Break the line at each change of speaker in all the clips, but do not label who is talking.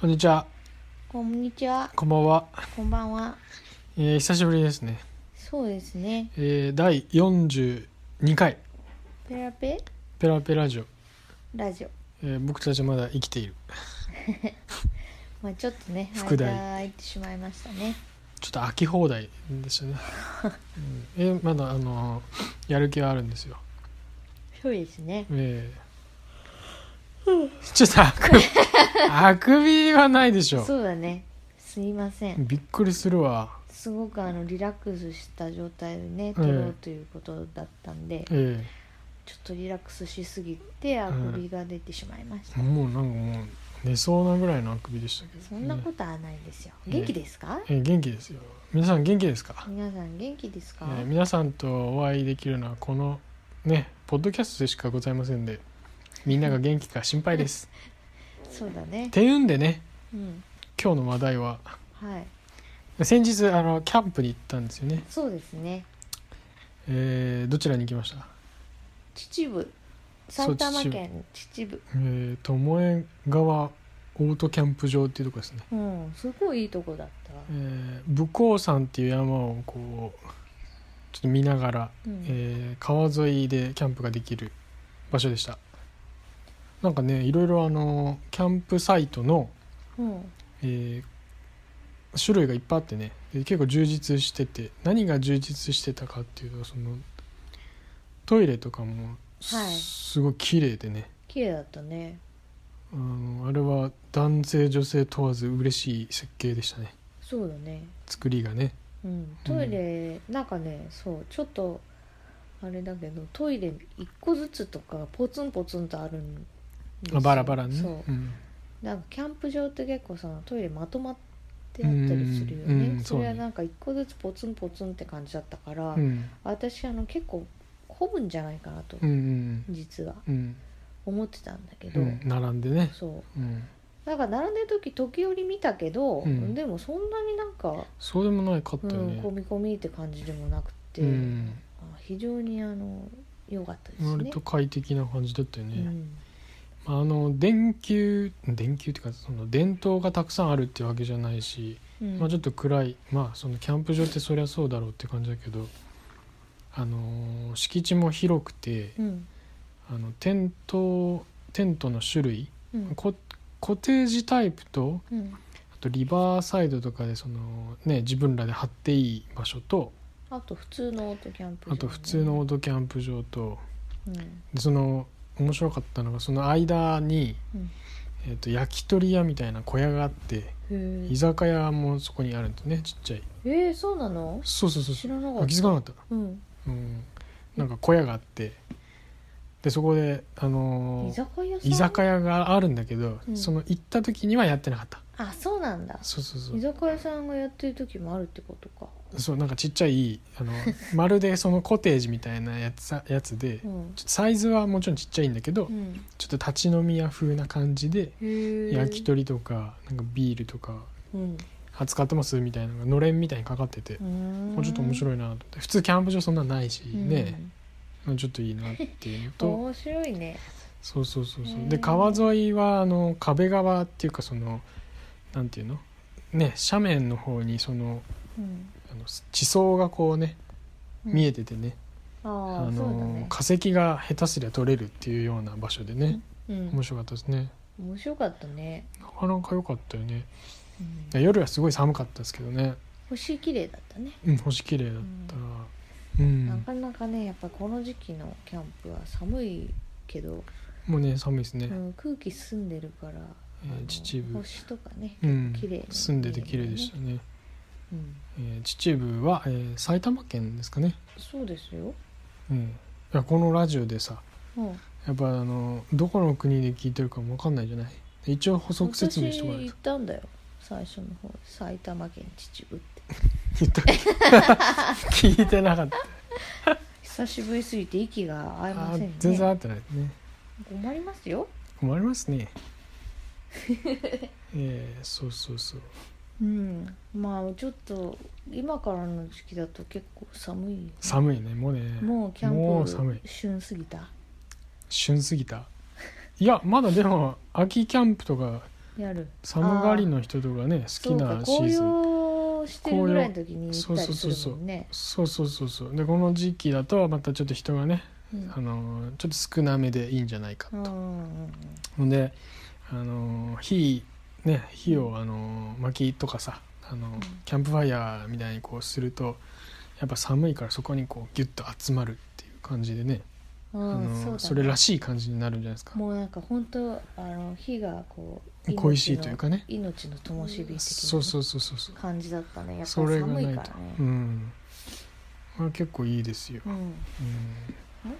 こんにちは、
こんにちは。
こんばんは。
こんばんは。
えー久しぶりですね。
そうですね。
えー第42回、
ペラペ
ペラペラジオ、
ラジオ。
えー僕たちまだ生きている。
まあちょっとね、
副題
間空いてしまいましたね。
ちょっと飽き放題でしたね。 うん、えーまだ、あのーやる気はあるんですよ。
そうですね。
えー ちょっとあ くび、あくびはないでしょ。
そうだね。すいません。
びっくりするわ。
すごくあのリラックスした状態でね、撮ろうということだったんで、
え
ちょっとリラックスしすぎて、あくびが出てしまいまし
ー
た。
もうなんかもう寝そうなぐらいのあくびでしたけど、ね。
そんなことはないですよ。
ええ
元気ですか
えー元気ですよ。皆さん元気ですか
皆さん元気ですか
えー皆さんとお会いできるのはこのねポッドキャストでしかございませんでみんなが元気か心配です
そうだね。
ていうんでね
うん。
今日の話題は
はい。
先日あのキャンプに行ったんですよね、
そうですね。
えーどちらに行きました
秩父。
そう
埼
秩
玉
父
県秩父。
えー巴、川オートキャンプ場っていうとこですね、
うん、すごいいいとこだった。
えー武甲山っていう山をこうちょっと見ながら、
うん
えー川沿いでキャンプができる場所でしたなんかねいろいろあのキャンプサイトの、
うん、
えー種類がいっぱいあってねで結構充実してて何が充実してたかっていうとそのトイレとかもす,、
はい
ごい綺麗でね
綺麗だったね。
あのあれは男性女性問わず嬉しい設計でしたね
そうだね。
作りがね
うん、トイレ、なんかね、そう、ちょっと。あれだけど、トイレ一個ずつとか、ポツンポツンとあるんですよ。
あバラバラね
そう
う、ん
なんかキャンプ場って結構、そのトイレまとまってあったりするよ
うんうん
ね。
そ
そう
ね
れはなんか一個ずつポツンポツンって感じだったから
う、ん
私、あの、結構。混むんじゃないかなと
う、ん
実は
うんうん
思ってたんだけ
う
ど。
ん並んでね、
そう。
うん、
なんか並んでる時時折見たけど、
うん
でもそんなになんか、
そうでもないかっ
う
たよ
ん、
ね
込み込みって感じでもなくて、
うん
あ非常にあの良かったです
割
ね
と。快適な感じだったよ
う
ね、
ん、
あの電球電球っていうかその電灯がたくさんあるっていうわけじゃないし、
うん
まあ、ちょっと暗いまあそのキャンプ場ってそりゃそうだろうって感じだけど、あのー敷地も広くて
うん
あのテントテントの種類
うん
ココテージタイプと
うん、
あとリバーサイドとかでその、ね、自分らで張っていい場所と
あと普通のオートキャンプ場ね
あと普通のオートキャンプ場と
うん
でその面白かったのがその間に、
うん
えー、と焼き鳥屋みたいな小屋があって
へ
居酒屋もそこにあるんですねちっちゃい
ええー、そうなの
そうそうそう
知
そう
らなか
あ
っ
気づ
た。
かなかった
うん、
うん、なんか小屋があってでそこで、あの
居
ー
酒屋さん
居酒屋があるんだけど、
うん
その行った時にはやってなかった
あそうなんだ
そうそうそ
居
う
酒屋さんがやってる時もあるってことか、
そうなんかちっちゃいあ のまるでそのコテージみたいなやつさやつで、
うん
ちょっとサイズはもちろんちっちゃいんだけど、
うん、
ちょっと立ち飲み屋風な感じで
へえ
焼き鳥とかなんかビールとか
うん
扱ってますみたいなのがのれんみたいにかかってて、
も
もうちょっと面
い
白いなと思って普通キャンプ場そんなないしね、ちょっといいなっていうの
うん、
と
面白いね
そうそうそうそ
へ
う
ー
で川沿いはあの壁側っていうかそのなんていうのね斜面の方にその
うん
あの地層がこうね
うん
見えててね,、
あ
あ
あそうだ
の
ね
化石が下手すりゃ取れるっていうような場所でね、
うん
面白かったですね
面白かったね、
なかなか良かったよね
うん、
夜はすごい寒かったですけどね、
星綺麗だったね、
うん、星綺麗だった、うん
なかなかねやっぱこの時期のキャンプは寒いけど、
もうね寒いですね、
うん、空気澄んでるから、
えー
あの
秩父
星とかね、
うん
綺麗に
住んでて綺麗でしたね、
うん、
えー秩父は、えー埼玉県ですかね、
そうですよ、
うん、いやこのラジオでさ
うん、
やっぱあのどこの国で聞いてるかも分かんないじゃない一応補足説明してもらえ
私
る
行ったんだよ最初の方埼玉県秩父って
言ったっけ 聞いてなかった
久しぶりすぎて息が合いま
あ
せん
ー
ね
全然合ってないね
困りますよ、
困ります ねえー、そうそうそう
うん、まあちょっと今からの時期だと結構寒いよ
寒いねもうね
もうキャ
も
ン
う寒い
プ旬すぎた
旬すぎたいやまだでも秋キャンプとか
やる
寒がりの人とかね好きなシーズン
そうか紅葉してるぐらいの時に行ったりするもんね
そうそうそうそうでこの時期だとまたちょっと人がね、
うん
あのちょっと少なめでいいんじゃないか
うんう
と、
んうん
ほんであの火ね火をあの薪とかさあの、
ん
キャンプファイヤーみたいにこうするとやっぱ寒いからそこにこうギュッと集まるっていう感じでね、
うん
あ
うん
の
う
そ
ん
れ
ら
らしい感じになるんじゃないですか
もうなんか本当あの火がこう
恋しいというかね
命の灯火的な
そうそうそうそうそう
感じだったねやっぱ
そ
り
れが
寒
ないい
から
と、う
ね
んこれ結構いいですよ、
うん、
うん
もう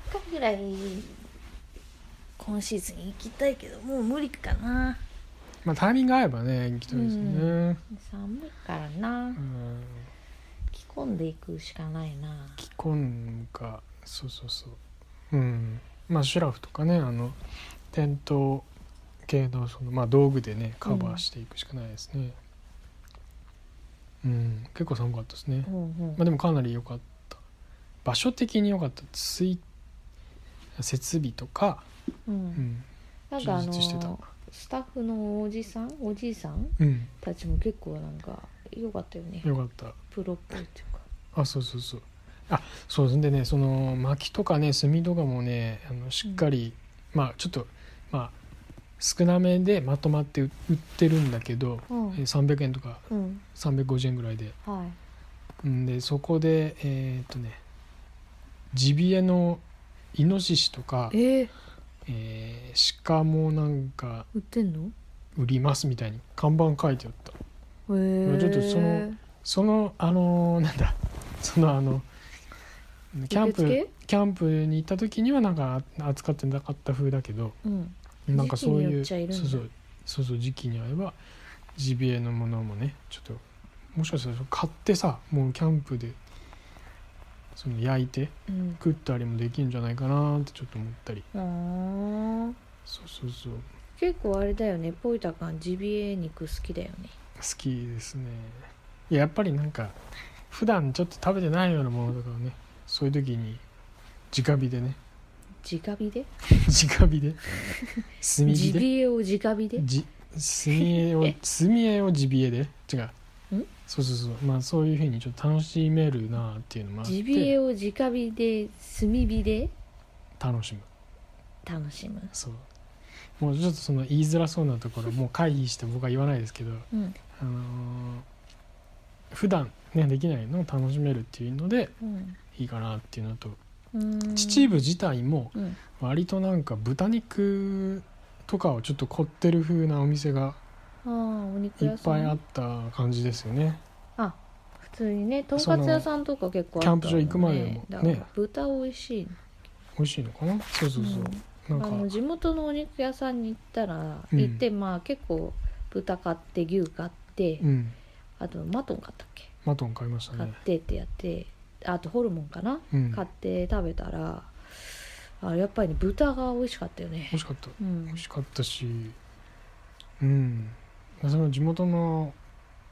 一回ぐらい今シーズン行きたいけどもう無理かな
まあタイミング合えばね行きたいですね、
う
うん
寒いからな着込んでいくしかないな
着込むかそうそうそううんまあシュラフとかねあのテント系のその、まあ、道具でねカバーしていくしかないですねうん、結構寒かったですね、
うんうん
まあ、でもかなり良かった場所的に良かった水設備とか、
う
うんん、
なんかあ
充実してた
のスタッフのおじさんおじいさん
うん
たちも結構なんか良かったよね
良かった
プロっぽいっていうか
あそうそうそうあそうでねその薪とかね炭とかもねあのしっかり、まあちょっとまあ少なめでまとまって売売ってるんだけど、
うん
えー300円とか
うん
350円ぐらいで
はい
んでそこでえーっとねジビエのイノシシとか、
えー、
えー鹿もなんか
売ってんの
売りますみたいに看板書いてあった
へえ
ちょっとそのそのあのーなんだそのあのキャン
受
プ
付
キャンプに行った時にはなんか扱ってなかった風だけど
うん
なんかそういう
時期によっちゃいるん
そう
だ
そうそうそう時期に合えばジビエのものもねちょっともしかしたら買ってさもうキャンプでその焼いて
うん
食ったりもできるんじゃないかなってちょっと思ったり
あー
そうそうそう好
結構あれだよねポイタカンジビエ肉好きだよね
きですねいややっぱりなんか普段ちょっと食べてないようなものとかをねそういう時に直火でね
直火で
直火 で炭火
ジ
で
ビエを直火で
じ炭絵 を炭絵をジビエで違うそうそうそうまあそういうふうにちょっと楽しめるなっていうのもあっ
ジビエ
て
を直火で炭火で
楽しむ
楽しむ
そうもうちょっとその言いづらそうなと ころもう回避して僕は言わないですけど
うん
あのー普段ねできないのを楽しめるっていうので
うん
いいかなっていうのと
うーん
秩父自体も
うん
割となんか豚肉とかをちょっと凝ってる風なお店が
ああお肉
いっ
屋さん
ぱいあった感じですよね
あ普通にねとんかつ屋さんとか結構あった
キャンプ場行くまでも
だから
ね
豚美味しいの
美味しいのかなそうそうそう、
あ
な
の
んか
地元のお肉屋さんに行ったら、
うん
行ってまあ結構豚買って牛買って、
うん
あとマトン買ったっけ
マトン買いました
買っ
ね
てってやってあとホルモンかな、
うん
買って食べたらあやっぱりね豚が美味しかったよね
美、味しかった
うん
美味しかったしうんその地元の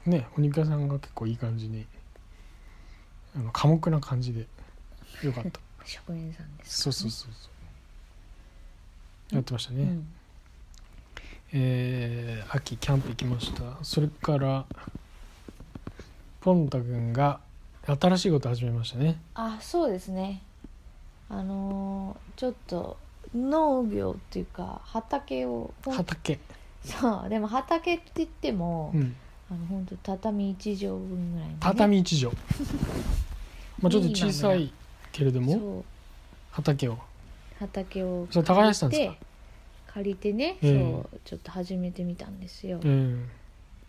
ねお肉屋さんが結構いい感じにあの寡黙な感じでよかった
職人さんです
そうそうそうそうやってましたね、
うん
えー秋キャンプ行きましたそれからポンタ君が新しいこと始めましたね
あそうですねあのーちょっと農業っていうか畑をほん
畑
そうでも畑って言っても、
うん
あの本当畳一畳分ぐらいのね、
畳一 畳まあちょっと小さいけれども
そう
畑を
畑を
それ耕したんですか
借りてね、
うん
そうちょっと始めてみたんですよ、
うん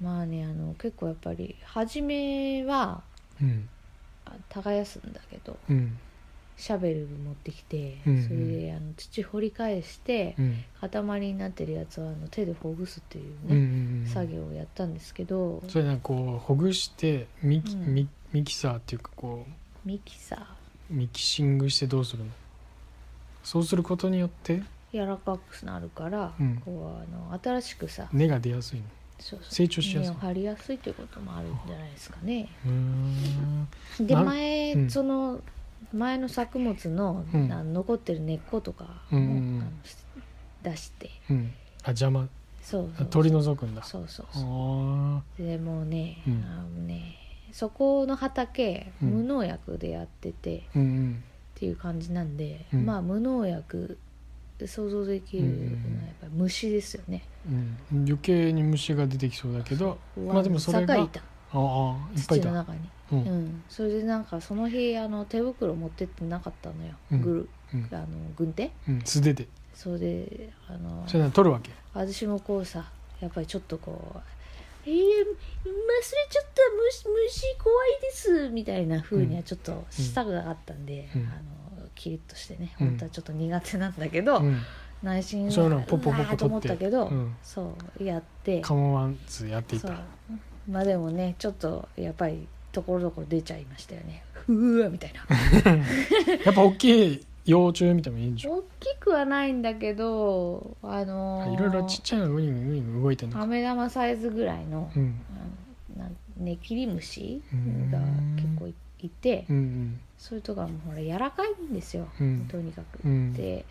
まあねあの結構やっぱり初めは
うん
あ耕すんだけど
うん
シャベル持ってきて、
うんうん
それであの土掘り返して、
うん
塊になってるやつはあの手でほぐすっていう
うんう
ね、
ん
作業をやったんですけど
それなんかこうほぐしてミキ,、
うん
ミミキサーっていうかこ
ミキサ
うミキシングしてどうするのそうすることによって
ー柔らかくなるから、
うん
こうあの新しくさ、
根が出やすいの
そうそう
成長しやすい
根を張りやすいということもあるんじゃないですかね。
うーん
で
な
前、
うん
その前の作物の,、
うん
あの残ってる根っことかも、
うんうんうん
あの出して
うんあ邪魔
そうそう
取り除くんだ
そうそうそう
あ
でもうね、
うん
あのねそこの畑
うん
無農薬でやってて、っ
ーうん
ていう感じなんで、
うん
まあ無農薬想像できるのはやっぱり虫ですよね、
うん、うん、余計に虫が出てきそうだけど
う
まあでもそれが
坂いた
ああいっぱいい
土
た
の中に
う
うんんそれでなんかその日あの手袋持ってってなかったのよ、
うん
ぐる
うん
あの軍手
うん素手で
それであの
それなら取るわけ
私もこうさやっぱりちょっとこう「えー、忘れちゃった虫虫怖いです」みたいな風にはちょっとしたくなかったんで、
うん
あのキリッとしてね
うん
本当はちょっと苦手なんだけど、
うん
内心
そういうのをポポポポ
うわーと思ったけど、
うん
そうやって
カモワンツやってい
そ
た
うまあでもねちょっとやっぱりところどころ出ちゃいましたよねうわみたいな
やっぱ大きい幼虫みたいなのもいいんでしょ
大きくはないんだけどあのー
いろいろちっちゃいのがウニングウニング動いてるのか
飴玉サイズぐらいの
うん
あのなんネキリムシ
うん
が結構いいて、
うん
それとかもほら柔らかいんですよ、
うん
とにかく。
うんうん
で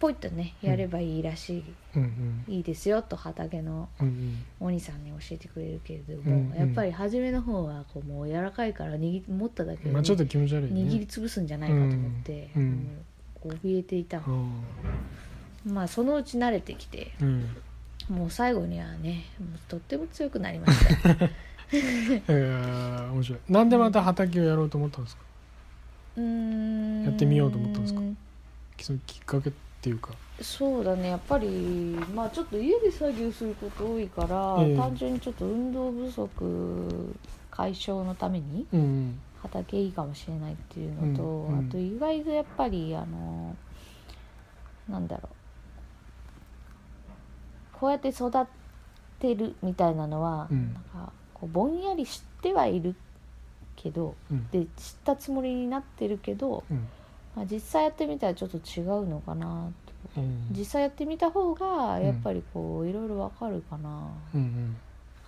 ポイッとねやればいいらしい、
うん
いいですよと畑の
うんうん
お兄さんに教えてくれるけれども、
うんうん
やっぱり初めの方はこうもう柔らかいから握り持っただけ
うん
で
まあちょっと気持ち悪いね
握りつぶすんじゃないかと思って、
うん
もう怯えていた、
うん
まあそのうち慣れてきて
うん
もう最後にはねもうとっても強くなりま した
えー面白いなんでまた畑をやろうと思ったんですかや
や
ってみようと思ったんですかそのきっかけっていうか
そうだねやっぱりまあちょっと家で作業すること多いから、
ええ
単純にちょっと運動不足解消のために
うん
畑いいかもしれないっていうのと、
うんうん
あと意外とやっぱりあのなんだろうこうやって育てるみたいなのは、
うん
なんかこうぼんやり知ってはいるけど
うん
で知ったつもりになってるけど、
うん
まあ、実際やってみたらちょっと違うのかなと
うん
実際やってみた方が
うん
やっぱりこういろいろわかるかな、
うんうん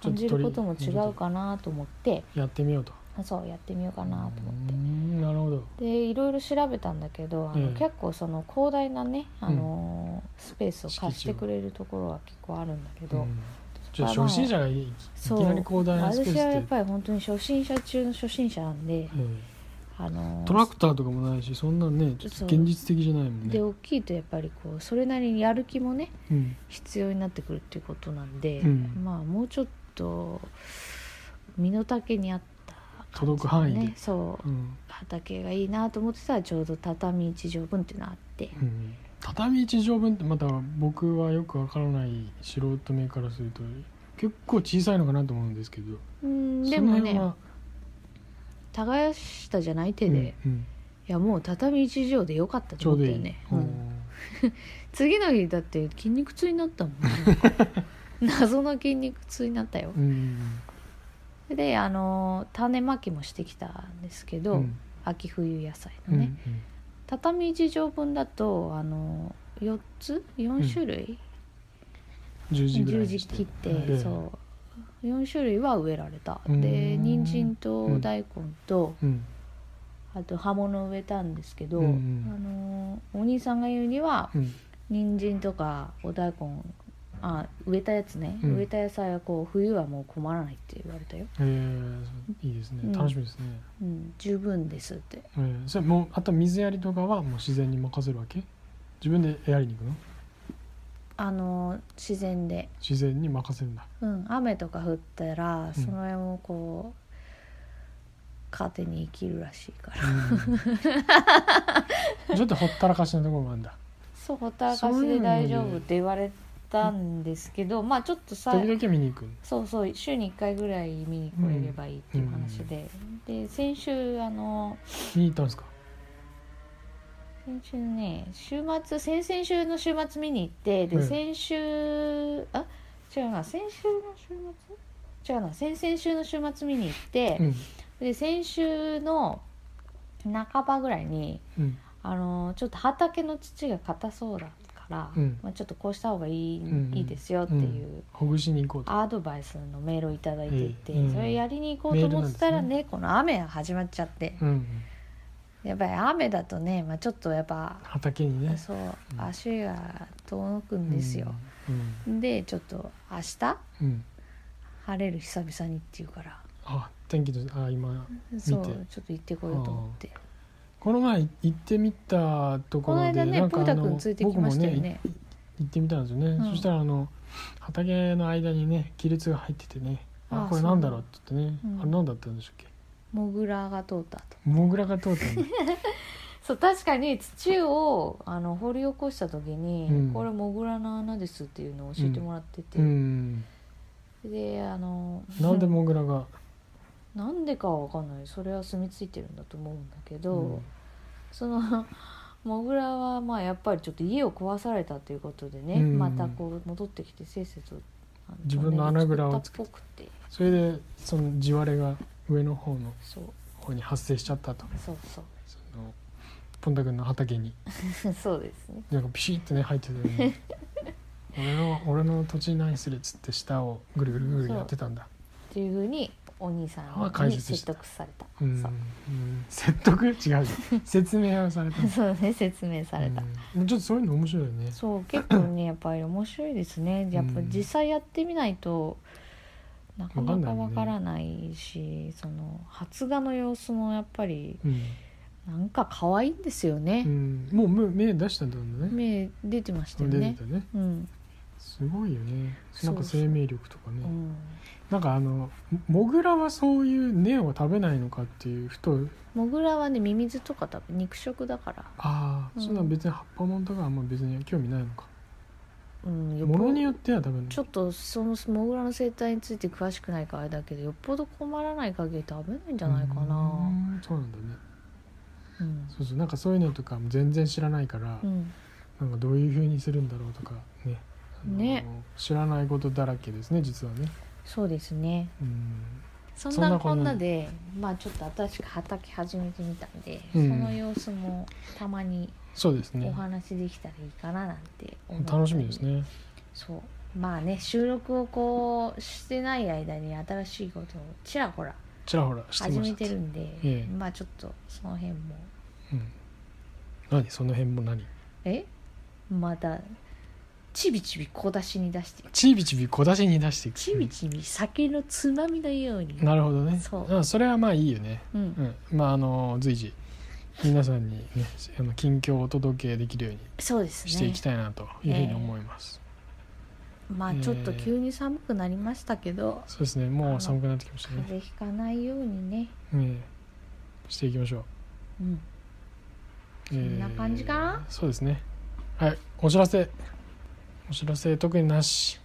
ちょっ
感じることも
取
違
り
うかなと思って
やってみようと
そうやってみようかなと思って
う。んなるほど
でいろいろ調べたんだけどあの、
ええ
結構その広大なね、
ん
あのスペースを貸して
敷地を
くれるところは結構あるんだけ
う
ど、
んじゃあ
まあまあ
初心者がいいいき
そう
なり広大なスペース
私
で
はやっぱり本当に初心者中の初心者なんで、
うん
あの
トラクターとかもないしそんなんねちょっと現実的じゃないもんね
で大きいとやっぱりこうそれなりにやる気もね
うん
必要になってくるっていうことなんで、
うん
まあもうちょっと身の丈に合った
届く範囲
ね
で
そううん畑がいいなと思ってたらちょうど畳一畳分っていうのがあって、
うん畳一畳分ってまた僕はよくわからない素人目からすると結構小さいのかなと思うんですけど
うん、で
その
も
辺
ね
は
耕したじゃない手で、い
うんうん
やもう畳一畳でよかった
ち
と
ょう
思
ど
っ
い
たよ
い
ね、
う
うん
ん
次の日だって筋肉痛に なったもんなんか謎の筋肉痛になったよ
うん
であの種まきもしてきたんですけど、
うん
秋冬野菜
う
の
ん
ね、畳一畳分だとあの4つ4種類、
10時ぐら
十
い
字
にして
切って、
ええ
そう4種類は植えられた、
うん
で人参と大根と、
うん
あと葉物植えたんですけど、
うんう
あのお兄さんが言うには
うん
人参とかお大根あ植えたやつね、
うん
植えた野菜はこう冬はもう困らないって言われたよ、
えーいいです
う
ね
ん
楽しみですね
うん、十分ですって
えーそれもうあと水やりとかはもう自然に任せるわけ自分でやりに行くの
あの自然で、
自然に任せるんだ
うん、雨とか降ったら
うん
その辺もこう糧に生きるらしいから、
うんちょっとほったらかしのところもあるんだ
そうほったらかしで大丈夫って言われたんですけどまあちょっとさ
時々見に行く
そうそう週に1回ぐらい見に来れればいいっていう話で、で先週あの
見に行ったんですか
先週ね週末先々週の週末見に行ってで、
うん
先週あ違うな先週の週末違うな先々週の週末見に行って、
うん
で先週の半ばぐらいに
うん
あのちょっと畑の土が硬そうだから、
うん
まあ、ちょっとこうした方がいい,、
うん
いいですよっていう。
ほぐしに行こうと
アドバイスのメールをいただいていて、
うん
それやりに行こうと思ってたら
メール
ねこの雨が始まっちゃって、
うん
やっぱり雨だとね、まあ、ちょっとやっぱ、
畑にね
そう
うん
足が遠のくんですよ、
うん
でちょっと明日
うん、うん
晴れる久々にっていうから
あ天気のあ今
そう
見て
ちょっと行ってこようと思って
この前行ってみたところで
この間ね
なんか
プータ
あの
君連れてきましたよね
僕もい行ってみたんですよね、
ん
そしたらあの畑の間にね亀裂が入っててねあ
あ
これなんだろうって言ってね、
うん
あれなんだったんでしたっけ
モグラが通ったと
モグラが通った んだ
そう確かに土をあの掘り起こした時に、
うん
これモグラの穴ですっていうのを教えてもらってて、
うん
であの
なんでモグラが、
なんでかは分かんないそれは住み着いてるんだと思うんだけど、
うん
その モグラはまあやっぱりちょっと家を壊されたということでね、
うん
またこう戻ってきてせっせとあの
自分の穴蔵を
トンネル作ったっぽくて
それでその地割れが上の方の
そう
方に発生しちゃったと
そう そ
そのポンタ君の畑に
うそうですね
なんかピシッとね入ってたよ ね俺の俺の土地何するっつって下をぐるぐるぐるぐるやってたんだ
っていうふうにお兄さ
は
ん
解
に
説し
説
た
得された
うんうん説得違うじゃん説明をさ れた
そうそうね説明された、
うんちょっとそういうの面白いよね
そう結構ねやっぱり面白いですねやっぱ
うん
実際やってみないとなかなかわ
わ
か
からら
ないしその発芽の様子もやっぱり
うん、
なんか可愛いんですよね
う、ん、もう目目出したんだもんね
目出てましたよ
出て
ね
たね
うん、
すごいよねな
そうそうん
か生命力とかね
うん、
なんかあのモグラはそういう根を食べないのかっていうふと
モグラはねミミズとか多分肉食だから、
あ
う
あ
ん
そんな別に葉っぱもんとかはあんま別に興味ないのか
うん、よっ
も
ぽ
の
ど
によっては食べない
ちょっとそのモグラの生態について詳しくないからあれだけどよっぽど困らない限り食べないんじゃないか
う
な、
んそうなんだね
うん
そうそうなんかそういうのとかも全然知らないから、
うん
なんかどういう風にするんだろうとかねあの
ね
知らないことだらけですね実はね
そうですね
うん
そん
んな
な
こ
こん
んな
なでまあちょっと新しく畑始めてみたんで、
うん
その様子もたまに
そうです
お
ね
話できたらいいかななんて思ったり
楽しみですね
そうまあね収録をこうしてない間に新しいことをちらほら
ちらほらして
始
ま
め
した
てるんで、
ええ
まあちょっとその辺も
うん、何その辺も何
えまたちびちび小出しに出して
ちびちび小出しに出していく
ちびちび酒のつまみのように、
なるほどね
そう
あそれはまあいいよね
うん
うんまああの随時皆さんにねあの近況をお届けできるように
そうです
してい
ね
きたいなというふうに思います、
まあちょっと急に寒くなりましたけど、
そうですねもう寒くなってきました
風
ね、
邪ひかないようにね、
ええしていきましょう
うん、
そ
んな感じかな
そうですねはいお知らせお知らせ特にな し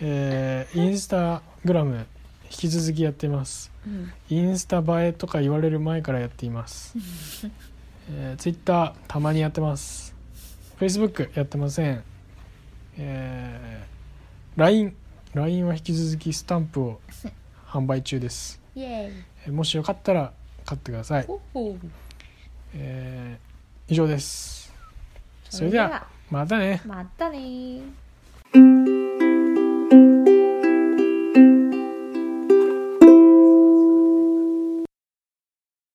えーインスタグラム引き続きやってます
うん
インスタ映えとか言われる前からやってい ます、えー、ツイッターたまにやってますフェイスブックやってませんえー、LINE LINE は引き続きスタンプを販売中です、
イエーイ
えーもしよかったら買ってください
ほっほ
えー以上です
それでは
またね
またねー